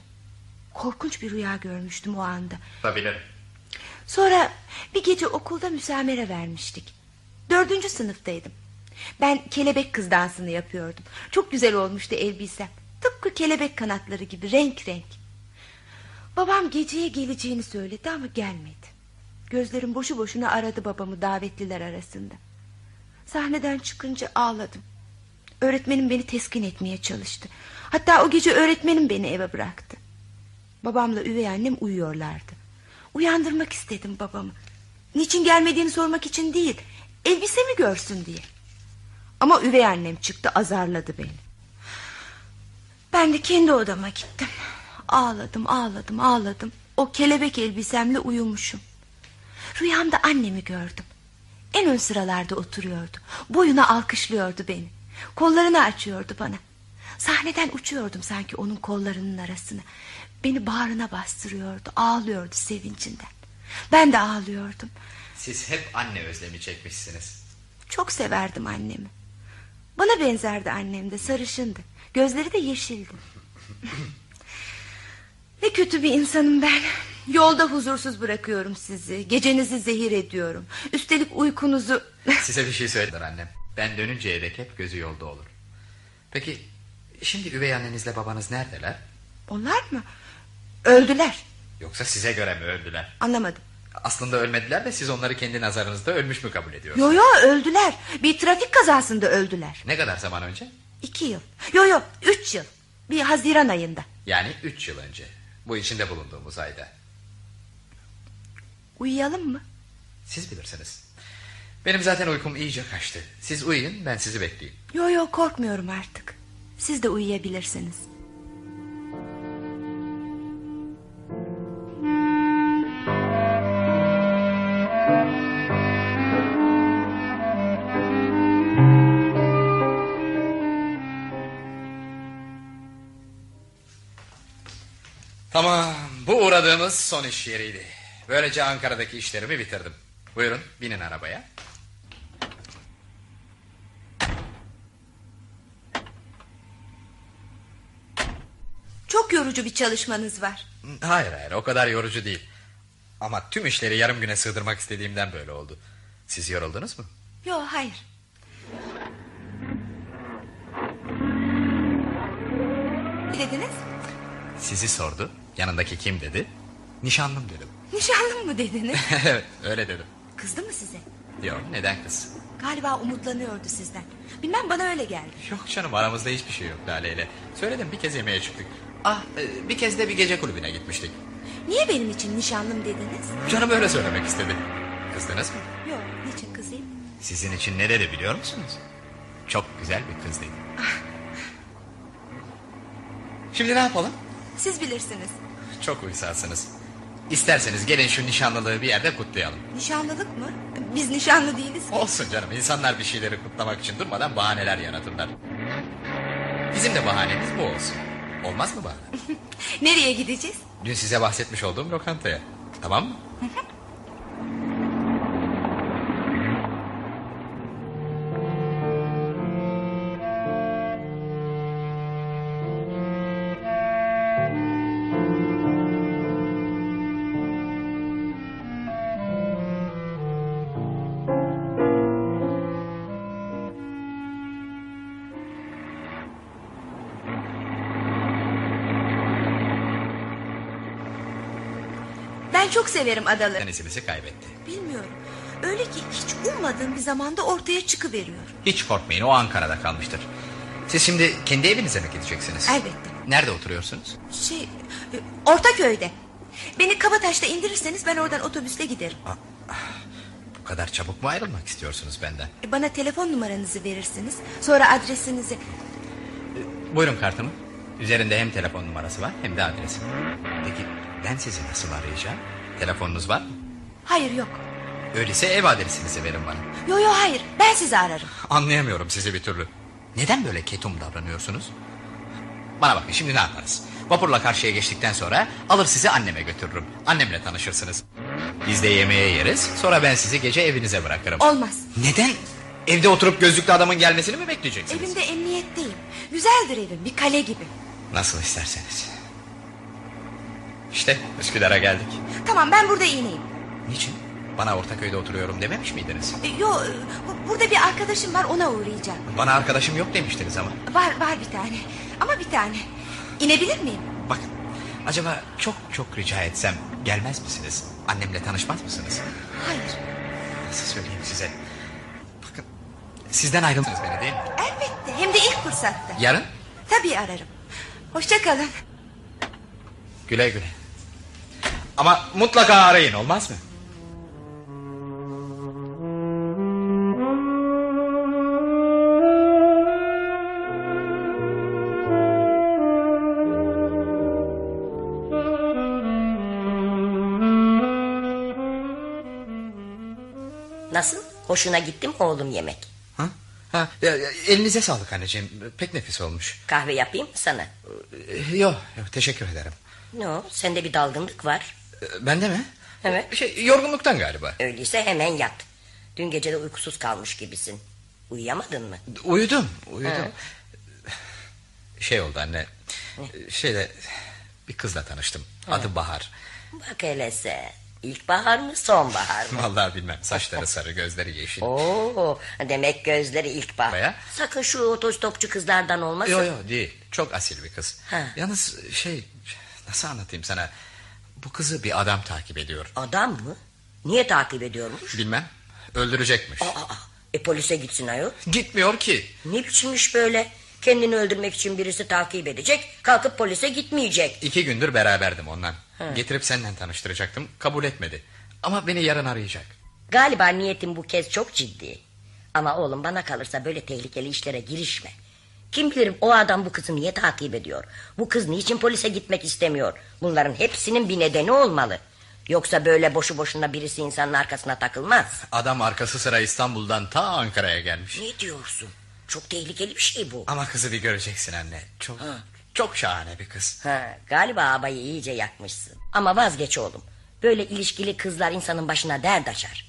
Korkunç bir rüya görmüştüm o anda.
Tabii.
Sonra bir gece okulda müsamere vermiştik. Dördüncü sınıftaydım. Ben kelebek kız dansını yapıyordum. Çok güzel olmuştu elbisem. Tıpkı kelebek kanatları gibi renk renk. Babam geceye geleceğini söyledi ama gelmedi. Gözlerim boşu boşuna aradı babamı davetliler arasında. Sahneden çıkınca ağladım. Öğretmenim beni teskin etmeye çalıştı. Hatta o gece öğretmenim beni eve bıraktı. Babamla üvey annem uyuyorlardı. Uyandırmak istedim babamı. Niçin gelmediğini sormak için değil, elbisemi görsün diye. Ama üvey annem çıktı azarladı beni. Ben de kendi odama gittim. Ağladım, ağladım, ağladım. O kelebek elbisemle uyumuşum. Rüyamda annemi gördüm. En ön sıralarda oturuyordu. Boyuna alkışlıyordu beni. Kollarını açıyordu bana. Sahneden uçuyordum sanki onun kollarının arasına. Beni bağrına bastırıyordu, ağlıyordu sevincinden. Ben de ağlıyordum.
Siz hep anne özlemi çekmişsiniz.
Çok severdim annemi. Bana benzerdi annem de sarışındı. Gözleri de yeşildi. ne kötü bir insanım ben. Yolda huzursuz bırakıyorum sizi. Gecenizi zehir ediyorum. Üstelik uykunuzu...
Size bir şey söyledim annem. Ben dönünceye dek hep gözü yolda olur. Peki şimdi üvey annenizle babanız neredeler?
Onlar mı? Öldüler.
Yoksa size göre mi öldüler?
Anlamadım.
Aslında ölmediler de siz onları kendi nazarınızda ölmüş mü kabul ediyorsunuz?
Yo yo öldüler. Bir trafik kazasında öldüler.
Ne kadar zaman önce?
İki yıl. Yo yo üç yıl. Bir Haziran ayında.
Yani üç yıl önce. Bu içinde bulunduğumuz ayda.
Uyuyalım mı?
Siz bilirsiniz. Benim zaten uykum iyice kaçtı. Siz uyuyun ben sizi bekleyeyim.
Yo yo korkmuyorum artık. Siz de uyuyabilirsiniz.
Tamam bu uğradığımız son iş yeriydi. Böylece Ankara'daki işlerimi bitirdim. Buyurun binin arabaya.
Çok yorucu bir çalışmanız var.
Hayır hayır o kadar yorucu değil. Ama tüm işleri yarım güne sığdırmak istediğimden böyle oldu. Siz yoruldunuz mu?
Yok hayır. Ne dediniz?
Sizi sordu. Yanındaki kim dedi? Nişanlım dedim.
Nişanlım mı dediniz?
Evet, öyle dedim.
Kızdı mı size?
Yok neden kız?
Galiba umutlanıyordu sizden. Bilmem bana öyle geldi.
Yok canım aramızda hiçbir şey yok Lale ile. Söyledim bir kez yemeğe çıktık. Ah e, bir kez de bir gece kulübüne gitmiştik.
Niye benim için nişanlım dediniz?
Canım öyle söylemek istedi. Kızdınız mı?
Yok niçin kızayım?
Sizin için ne dedi biliyor musunuz? Çok güzel bir kız dedi. Şimdi ne yapalım?
Siz bilirsiniz.
Çok uysalsınız. İsterseniz gelin şu nişanlılığı bir yerde kutlayalım.
Nişanlılık mı? Biz nişanlı değiliz.
Olsun canım insanlar bir şeyleri kutlamak için durmadan bahaneler yaratırlar. Bizim de bahanemiz bu olsun. Olmaz mı bahane?
Nereye gideceğiz?
Dün size bahsetmiş olduğum lokantaya. Tamam mı?
Ben çok severim adaları.
Denizimizi kaybetti.
Bilmiyorum. Öyle ki hiç ummadığım bir zamanda ortaya çıkıveriyor.
Hiç korkmayın o Ankara'da kalmıştır. Siz şimdi kendi evinize mi gideceksiniz?
Elbette.
Nerede oturuyorsunuz?
Şey, e, Ortaköy'de. Beni Kabataş'ta indirirseniz ben oradan otobüsle giderim.
Bu kadar çabuk mu ayrılmak istiyorsunuz benden?
E, Bana telefon numaranızı verirsiniz. Sonra adresinizi.
Buyurun kartımı. Üzerinde hem telefon numarası var hem de adresim. Peki ben sizi nasıl arayacağım? Telefonunuz var mı?
Hayır yok.
Öyleyse ev adresinizi verin bana.
Yo yo hayır. Ben sizi ararım.
Anlayamıyorum sizi bir türlü. Neden böyle ketum davranıyorsunuz? Bana bakın şimdi ne yaparız? Vapurla karşıya geçtikten sonra alır sizi anneme götürürüm. Annemle tanışırsınız. Biz de yemeğe yeriz. Sonra ben sizi gece evinize bırakırım.
Olmaz.
Neden? Evde oturup gözlüklü adamın gelmesini mi bekleyeceksiniz?
Evimde emniyetteyim. Güzeldir evim. Bir kale gibi.
Nasıl isterseniz. İşte Üsküdar'a geldik.
Tamam ben burada iğneyim.
Niçin? Bana Ortaköy'de oturuyorum dememiş miydiniz?
E, Yo e, bu- burada bir arkadaşım var ona uğrayacağım.
Bana arkadaşım yok demiştiniz ama.
Var var bir tane. Ama bir tane. İnebilir miyim?
Bakın acaba çok çok rica etsem gelmez misiniz? Annemle tanışmaz mısınız?
Hayır.
Nasıl söyleyeyim size? Bakın sizden ayrıldınız beni değil mi?
Elbette. Hem de ilk fırsatta.
Yarın
Tabii ararım. Hoşça kalın.
güle güle. Ama mutlaka arayın olmaz mı?
Nasıl? Hoşuna gitti mi oğlum yemek?
Ha? Ha, e, e, elinize sağlık anneciğim. Pek nefis olmuş.
Kahve yapayım mı sana?
Yok yok teşekkür ederim.
Ne o? Sende bir dalgınlık var.
E, Bende mi?
Evet.
Şey, yorgunluktan galiba.
Öyleyse hemen yat. Dün gece de uykusuz kalmış gibisin. Uyuyamadın mı?
Uyudum, uyudum. Şey oldu anne. Şeyde bir kızla tanıştım. Adı Bahar.
Bak hele sen. İlkbahar mı sonbahar mı?
Vallahi bilmem. Saçları sarı, gözleri yeşil.
Oo, demek gözleri ilkbahar.
Baya.
Sakın şu otostopçu kızlardan olmasın.
Yo yo değil. Çok asil bir kız.
Ha.
Yalnız şey nasıl anlatayım sana? Bu kızı bir adam takip ediyor.
Adam mı? Niye takip ediyormuş?
Bilmem. Öldürecekmiş.
Aa, e polise gitsin ayol.
Gitmiyor ki.
Ne biçimmiş böyle? Kendini öldürmek için birisi takip edecek, kalkıp polise gitmeyecek.
İki gündür beraberdim ondan. Getirip seninle tanıştıracaktım. Kabul etmedi. Ama beni yarın arayacak.
Galiba niyetim bu kez çok ciddi. Ama oğlum bana kalırsa böyle tehlikeli işlere girişme. Kim bilir o adam bu kızı niye takip ediyor? Bu kız niçin polise gitmek istemiyor? Bunların hepsinin bir nedeni olmalı. Yoksa böyle boşu boşuna birisi insanın arkasına takılmaz.
Adam arkası sıra İstanbul'dan ta Ankara'ya gelmiş.
Ne diyorsun? Çok tehlikeli bir şey bu.
Ama kızı bir göreceksin anne. Çok çok şahane bir kız.
Ha, galiba abayı iyice yakmışsın. Ama vazgeç oğlum. Böyle ilişkili kızlar insanın başına dert açar.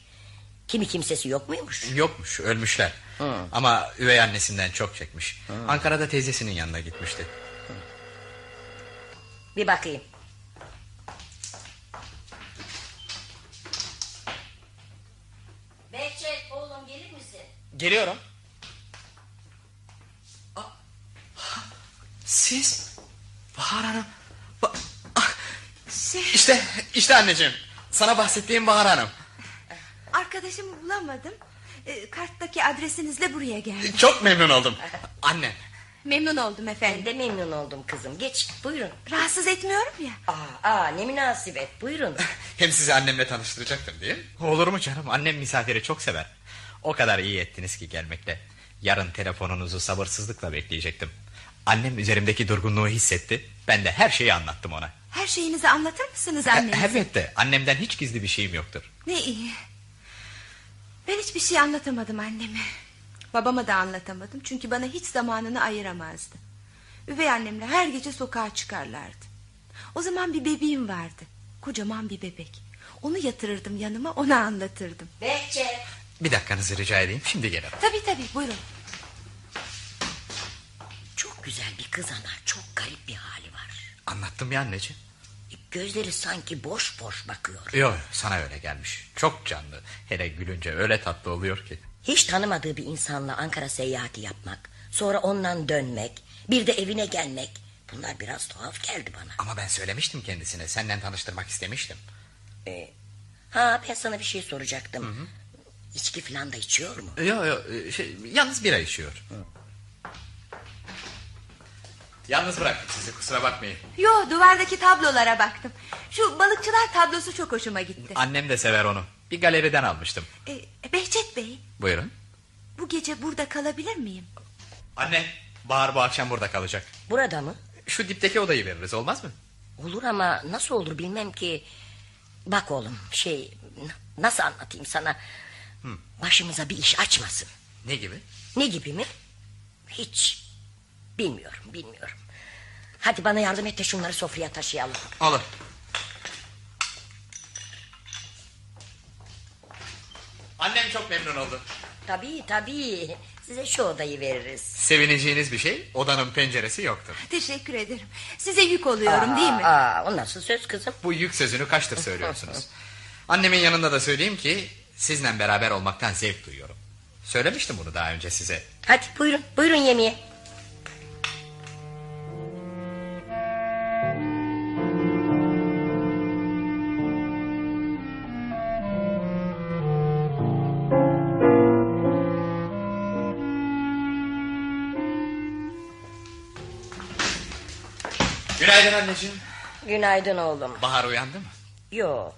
Kimi kimsesi yok muymuş?
Yokmuş, ölmüşler. Ama üvey annesinden çok çekmiş. Ankara'da teyzesinin yanına gitmişti.
Bir bakayım.
Geliyorum. Aa, Siz? Bahar Hanım. Ba- ah,
Şey,
işte, işte anneciğim. Sana bahsettiğim Bahar Hanım.
arkadaşımı bulamadım. Ee, karttaki adresinizle buraya geldim.
Çok memnun oldum. Annem.
Memnun oldum
Ben
efendim.
de memnun oldum kızım. Geç buyurun.
Rahatsız etmiyorum ya.
Aa, aa ne münasebet buyurun.
Hem sizi annemle tanıştıracaktım değil mi?
Olur mu canım? Annem misafiri çok sever. O kadar iyi ettiniz ki gelmekte. Yarın telefonunuzu sabırsızlıkla bekleyecektim. Annem üzerimdeki durgunluğu hissetti. Ben de her şeyi anlattım ona.
Her şeyinizi anlatır mısınız
E-
annenize?
Elbette annemden hiç gizli bir şeyim yoktur.
Ne iyi. Ben hiçbir şey anlatamadım anneme. Babama da anlatamadım çünkü bana hiç zamanını ayıramazdı. Üvey annemle her gece sokağa çıkarlardı. O zaman bir bebeğim vardı. Kocaman bir bebek. Onu yatırırdım yanıma ona anlatırdım.
Behçet.
Bir dakikanızı rica edeyim şimdi gelirim.
Tabii tabii buyurun.
Çok güzel bir kız ama çok garip bir hali var. E,
Anlattım ya anneciğim.
Gözleri sanki boş boş bakıyor.
Yok sana öyle gelmiş. Çok canlı. Hele gülünce öyle tatlı oluyor ki.
Hiç tanımadığı bir insanla Ankara seyahati yapmak, sonra ondan dönmek, bir de evine gelmek. Bunlar biraz tuhaf geldi bana.
Ama ben söylemiştim kendisine. Senden tanıştırmak istemiştim.
Ee, ha ben sana bir şey soracaktım. İçki falan da içiyor mu?
Yok yok şey, yalnız bira içiyor.
Yalnız bıraktım sizi kusura bakmayın.
Yo duvardaki tablolara baktım. Şu balıkçılar tablosu çok hoşuma gitti.
Annem de sever onu. Bir galeriden almıştım.
Ee, Behçet Bey
Buyurun.
bu gece burada kalabilir miyim?
Anne Bahar bu akşam burada kalacak.
Burada mı?
Şu dipteki odayı veririz olmaz mı?
Olur ama nasıl olur bilmem ki. Bak oğlum şey n- nasıl anlatayım sana. Başımıza bir iş açmasın.
Ne gibi?
Ne gibi mi? Hiç. Bilmiyorum bilmiyorum. Hadi bana yardım et de şunları sofraya taşıyalım.
Olur.
Annem çok memnun oldu.
Tabii tabii. Size şu odayı veririz.
Sevineceğiniz bir şey odanın penceresi yoktur.
Teşekkür ederim. Size yük oluyorum değil mi?
Aa, o nasıl söz kızım?
Bu yük sözünü kaçtır söylüyorsunuz. Annemin yanında da söyleyeyim ki sizinle beraber olmaktan zevk duyuyorum. Söylemiştim bunu daha önce size.
Hadi buyurun buyurun yemeğe.
Günaydın anneciğim.
Günaydın oğlum.
Bahar uyandı mı?
Yo.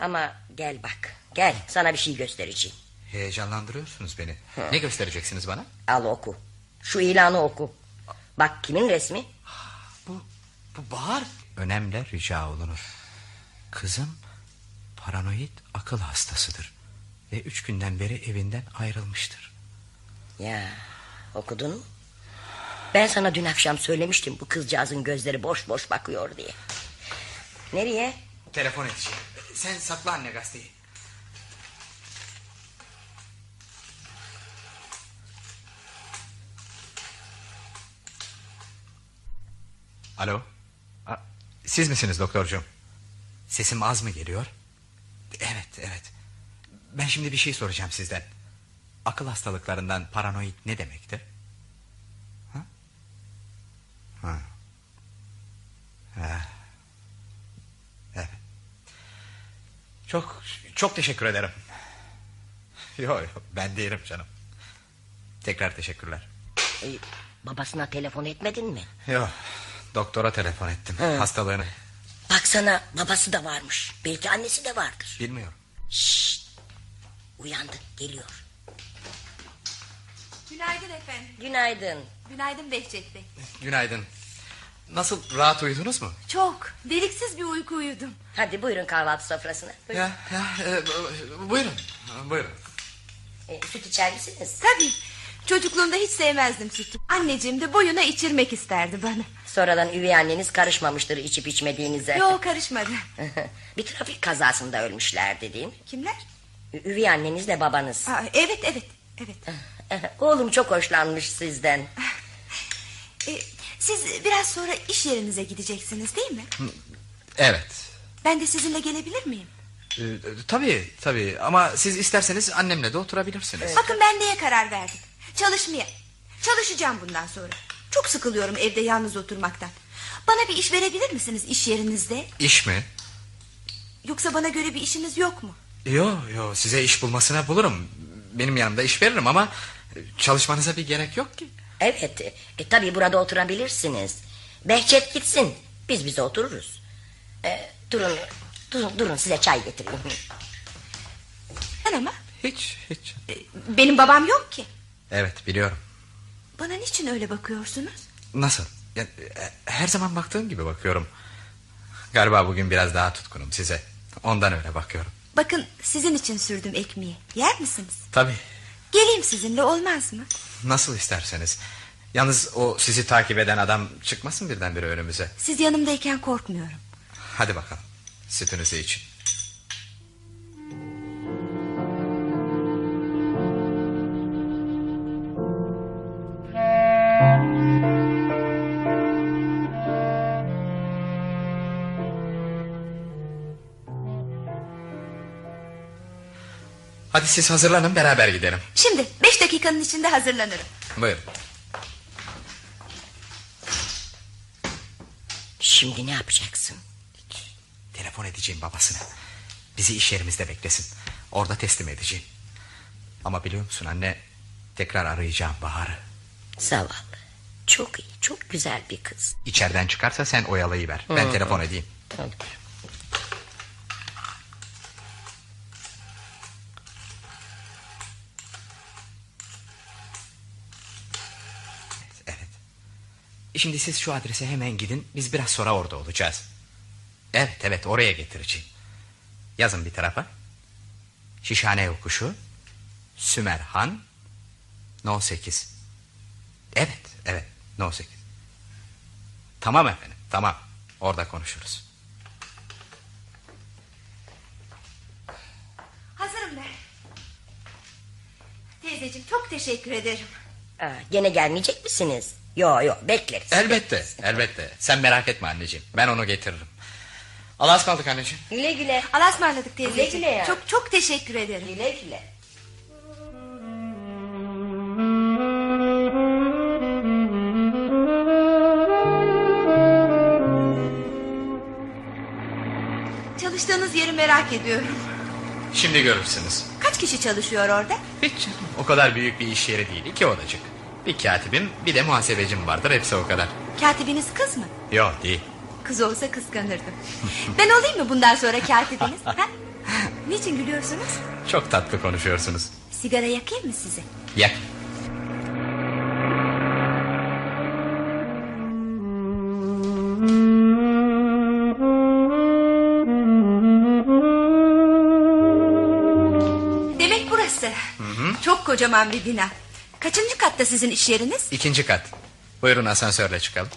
Ama gel bak. Gel sana bir şey göstereceğim.
Heyecanlandırıyorsunuz beni. Ne göstereceksiniz bana?
Al oku. Şu ilanı oku. Bak kimin resmi?
Bu, bu Bahar. Önemli rica olunur. Kızım paranoid akıl hastasıdır. Ve üç günden beri evinden ayrılmıştır.
Ya okudun mu? Ben sana dün akşam söylemiştim bu kızcağızın gözleri boş boş bakıyor diye. Nereye?
Telefon edeceğim. Sen sakla anne gazeteyi. Alo. A- Siz misiniz doktorcuğum? Sesim az mı geliyor? Evet, evet. Ben şimdi bir şey soracağım sizden. Akıl hastalıklarından paranoid ne demektir? Ha? Ha. Ha. Evet. Çok çok teşekkür ederim. Yok yok ben değilim canım. Tekrar teşekkürler.
Ee, babasına telefon etmedin mi?
Yok doktora telefon ettim. Hastalığını
Baksana babası da varmış. Belki annesi de vardır.
bilmiyorum.
Şşt. Uyandı geliyor.
Günaydın efendim.
Günaydın.
Günaydın Behçet Bey.
Günaydın. Nasıl rahat uyudunuz mu?
Çok deliksiz bir uyku uyudum.
Hadi buyurun kahvaltı sofrasına. Buyurun.
Ya, ya e, buyurun buyurun.
Ee, süt içer misiniz?
Tabii çocukluğumda hiç sevmezdim sütü. Anneciğim de boyuna içirmek isterdi bana.
Sonradan üvey anneniz karışmamıştır içip içmediğinize.
Yok karışmadı.
Bir trafik kazasında ölmüşlerdi değil mi?
Kimler?
Ü- Üvey annenizle babanız.
Aa, evet evet evet.
Oğlum çok hoşlanmış sizden.
Ee, siz biraz sonra iş yerinize gideceksiniz değil mi?
Evet
Ben de sizinle gelebilir miyim?
Ee, tabii tabii ama siz isterseniz annemle de oturabilirsiniz.
Bakın ben neye karar verdim? Çalışmaya. Çalışacağım bundan sonra. Çok sıkılıyorum evde yalnız oturmaktan. Bana bir iş verebilir misiniz iş yerinizde?
İş mi?
Yoksa bana göre bir işiniz yok mu?
Yo yo size iş bulmasına bulurum. Benim yanımda iş veririm ama e, çalışmanıza bir gerek yok ki.
Evet e, e, tabii burada oturabilirsiniz. Behçet gitsin biz bize otururuz. E, durun, durun durun size çay getireyim.
Ben ama
Hiç hiç.
e, benim babam yok ki.
Evet biliyorum.
Bana niçin öyle bakıyorsunuz?
Nasıl? Ya, e, her zaman baktığım gibi bakıyorum. Galiba bugün biraz daha tutkunum size. Ondan öyle bakıyorum.
Bakın sizin için sürdüm ekmeği. Yer misiniz?
Tabii
Geleyim sizinle olmaz mı?
nasıl isterseniz. Yalnız o sizi takip eden adam çıkmasın birdenbire önümüze.
Siz yanımdayken korkmuyorum.
Hadi bakalım sütünüzü için. Hadi siz hazırlanın beraber gidelim.
Şimdi beş dakikanın içinde hazırlanırım.
Buyurun.
Şimdi ne yapacaksın?
Telefon edeceğim babasına. Bizi iş yerimizde beklesin. Orada teslim edeceğim. Ama biliyor musun anne... ...tekrar arayacağım Bahar'ı.
Zavallı. Çok iyi, çok güzel bir kız.
İçeriden çıkarsa sen oyalayıver. Ben telefon edeyim.
Olur.
Evet. Şimdi siz şu adrese hemen gidin. Biz biraz sonra orada olacağız. Evet evet oraya getireceğim. Yazın bir tarafa. Şişhane yokuşu. Sümerhan. No 8. Evet evet No 8. Tamam efendim tamam. Orada konuşuruz.
Hazırım ben. Teyzeciğim çok teşekkür ederim.
Aa, gene gelmeyecek misiniz? Yo yo bekleriz.
Elbette, elbette. Sen merak etme anneciğim. Ben onu getiririm. Allah'a ısmarladık anneciğim.
Güle güle.
Allah'a ısmarladık teyzeciğim.
Güle güle ya.
Çok çok teşekkür ederim.
Güle güle.
Çalıştığınız yeri merak ediyorum.
Şimdi görürsünüz.
Kaç kişi çalışıyor orada?
Hiç canım. O kadar büyük bir iş yeri değil. iki odacık. Bir katibim bir de muhasebecim vardır. Hepsi o kadar.
Katibiniz kız mı?
Yok değil.
Kız olsa kıskanırdım. ben olayım mı bundan sonra katibiniz? ha? Niçin gülüyorsunuz?
Çok tatlı konuşuyorsunuz.
Sigara yakayım mı size?
Yak.
Demek burası. Çok kocaman bir bina. Kaçıncı katta sizin iş yeriniz?
İkinci kat. Buyurun asansörle çıkalım.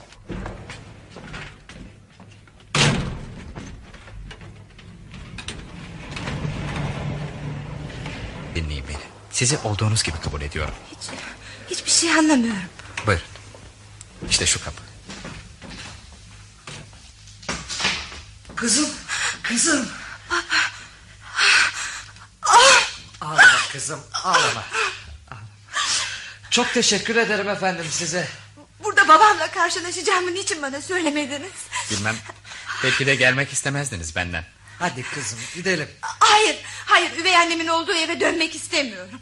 Dinleyin beni. Sizi olduğunuz gibi kabul ediyorum.
Hiç, hiçbir şey anlamıyorum.
Buyurun. İşte şu kapı.
Kızım, kızım. Ağlama kızım, ağlama. ağlama. Çok teşekkür ederim efendim size.
Burada babamla karşılaşacağımı niçin bana söylemediniz?
Bilmem. Belki de gelmek istemezdiniz benden.
Hadi kızım gidelim.
Hayır, hayır. Üvey annemin olduğu eve dönmek istemiyorum.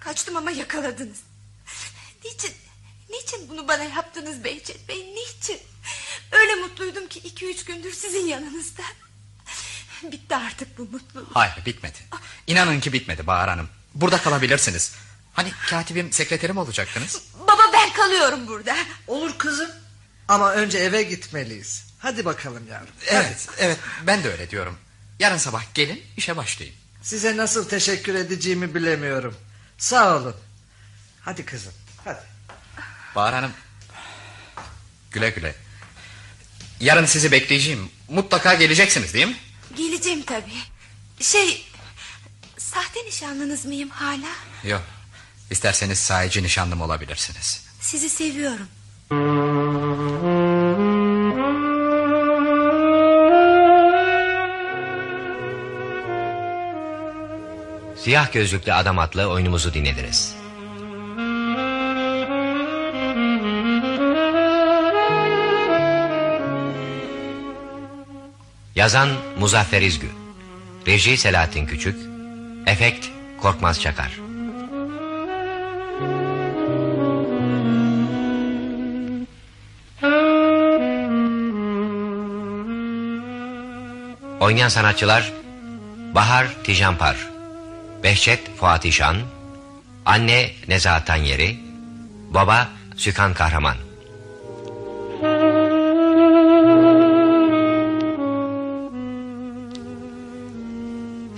Kaçtım ama yakaladınız. Niçin, niçin bunu bana yaptınız Behçet Bey? Niçin? Öyle mutluydum ki iki üç gündür sizin yanınızda. Bitti artık bu mutluluk.
Hayır bitmedi. İnanın ki bitmedi Bahar Hanım. Burada kalabilirsiniz. Hani katibim sekreterim olacaktınız.
Baba ben kalıyorum burada.
Olur kızım. Ama önce eve gitmeliyiz. Hadi bakalım yavrum.
Evet evet ben de öyle diyorum. Yarın sabah gelin işe başlayın.
Size nasıl teşekkür edeceğimi bilemiyorum. Sağ olun. Hadi kızım, hadi.
Bahar Hanım güle güle. Yarın sizi bekleyeceğim. Mutlaka geleceksiniz değil mi?
Geleceğim tabii. Şey, sahte nişanlınız mıyım hala?
Yok. İsterseniz sahici nişanlım olabilirsiniz.
Sizi seviyorum.
Siyah Gözlüklü Adam adlı oyunumuzu dinlediniz. Yazan Muzaffer İzgü Reji Selahattin Küçük Efekt Korkmaz Çakar Oynayan sanatçılar Bahar Tijanpar Behçet Fuat İşan Anne Nezahat Tanyeri Baba Sükan Kahraman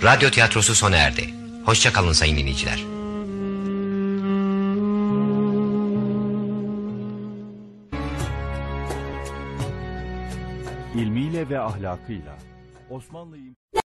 Radyo tiyatrosu sona erdi. Hoşça kalın sayın dinleyiciler.
ilmiyle ve ahlakıyla Osmanlı İm-